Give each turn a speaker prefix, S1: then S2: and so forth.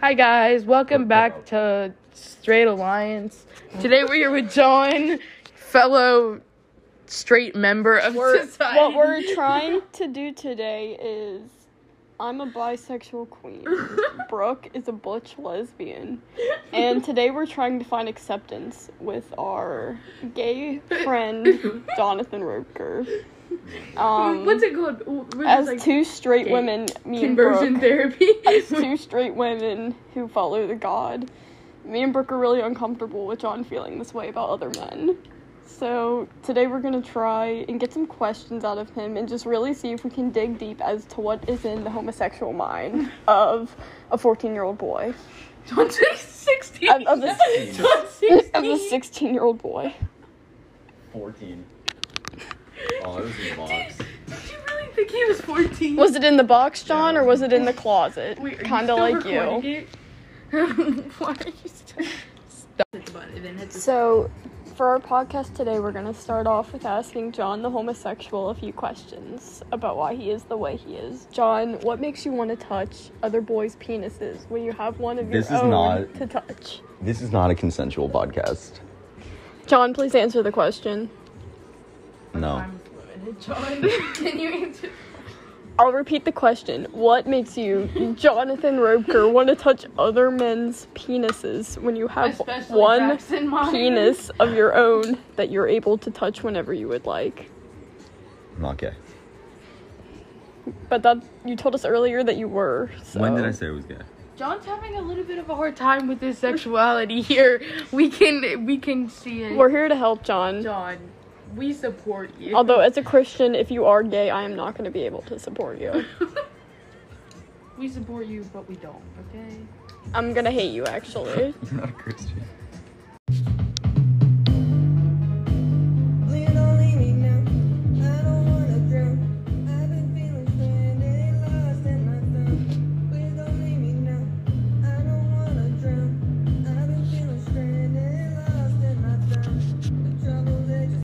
S1: Hi guys, welcome back to Straight Alliance. Today we're here with John, fellow straight member of society.
S2: What we're trying to do today is I'm a bisexual queen. Brooke is a butch lesbian. And today we're trying to find acceptance with our gay friend Jonathan Roker. Um,
S3: What's it called? We're
S2: as
S3: just like
S2: two straight
S3: gay
S2: women, me and Brooke,
S3: conversion therapy.
S2: as two straight women who follow the god, me and Brooke are really uncomfortable with John feeling this way about other men. So today we're gonna try and get some questions out of him and just really see if we can dig deep as to what is in the homosexual mind of a 14 year old boy,
S3: John's like 16.
S2: of, of the,
S3: John's
S2: of the
S3: 16.
S2: 16 year old boy.
S4: 14. Oh, it was in the box.
S3: Did you really think he was 14?
S2: Was it in the box, John, or was it in the closet?
S3: Wait, are you
S2: Kind of
S3: still
S2: like
S3: recording
S2: you.
S3: it? Why are you still... Stop. Hit the button and then hit the-
S2: So, for our podcast today, we're going to start off with asking John the homosexual a few questions about why he is the way he is. John, what makes you want to touch other boys' penises when you have one of
S4: This
S2: your
S4: is
S2: own
S4: not-
S2: to touch?
S4: This is not a consensual podcast.
S2: John, please answer the question.
S4: No.
S3: I'm limited, John. Can you answer?
S2: I'll repeat the question. What makes you, Jonathan Roker, want to touch other men's penises when you have
S3: Especially
S2: one
S3: Jackson mine.
S2: penis of your own that you're able to touch whenever you would like?
S4: I'm not gay.
S2: But that you told us earlier that you were. So.
S4: When did I say I was gay?
S3: John's having a little bit of a hard time with his sexuality here. We can we can see it.
S2: We're here to help John.
S3: John, we support you.
S2: Although, as a Christian, if you are gay, I am not going to be able to support you.
S3: we support you, but we don't. Okay.
S2: I'm going to hate you, actually.
S4: You're not a Christian.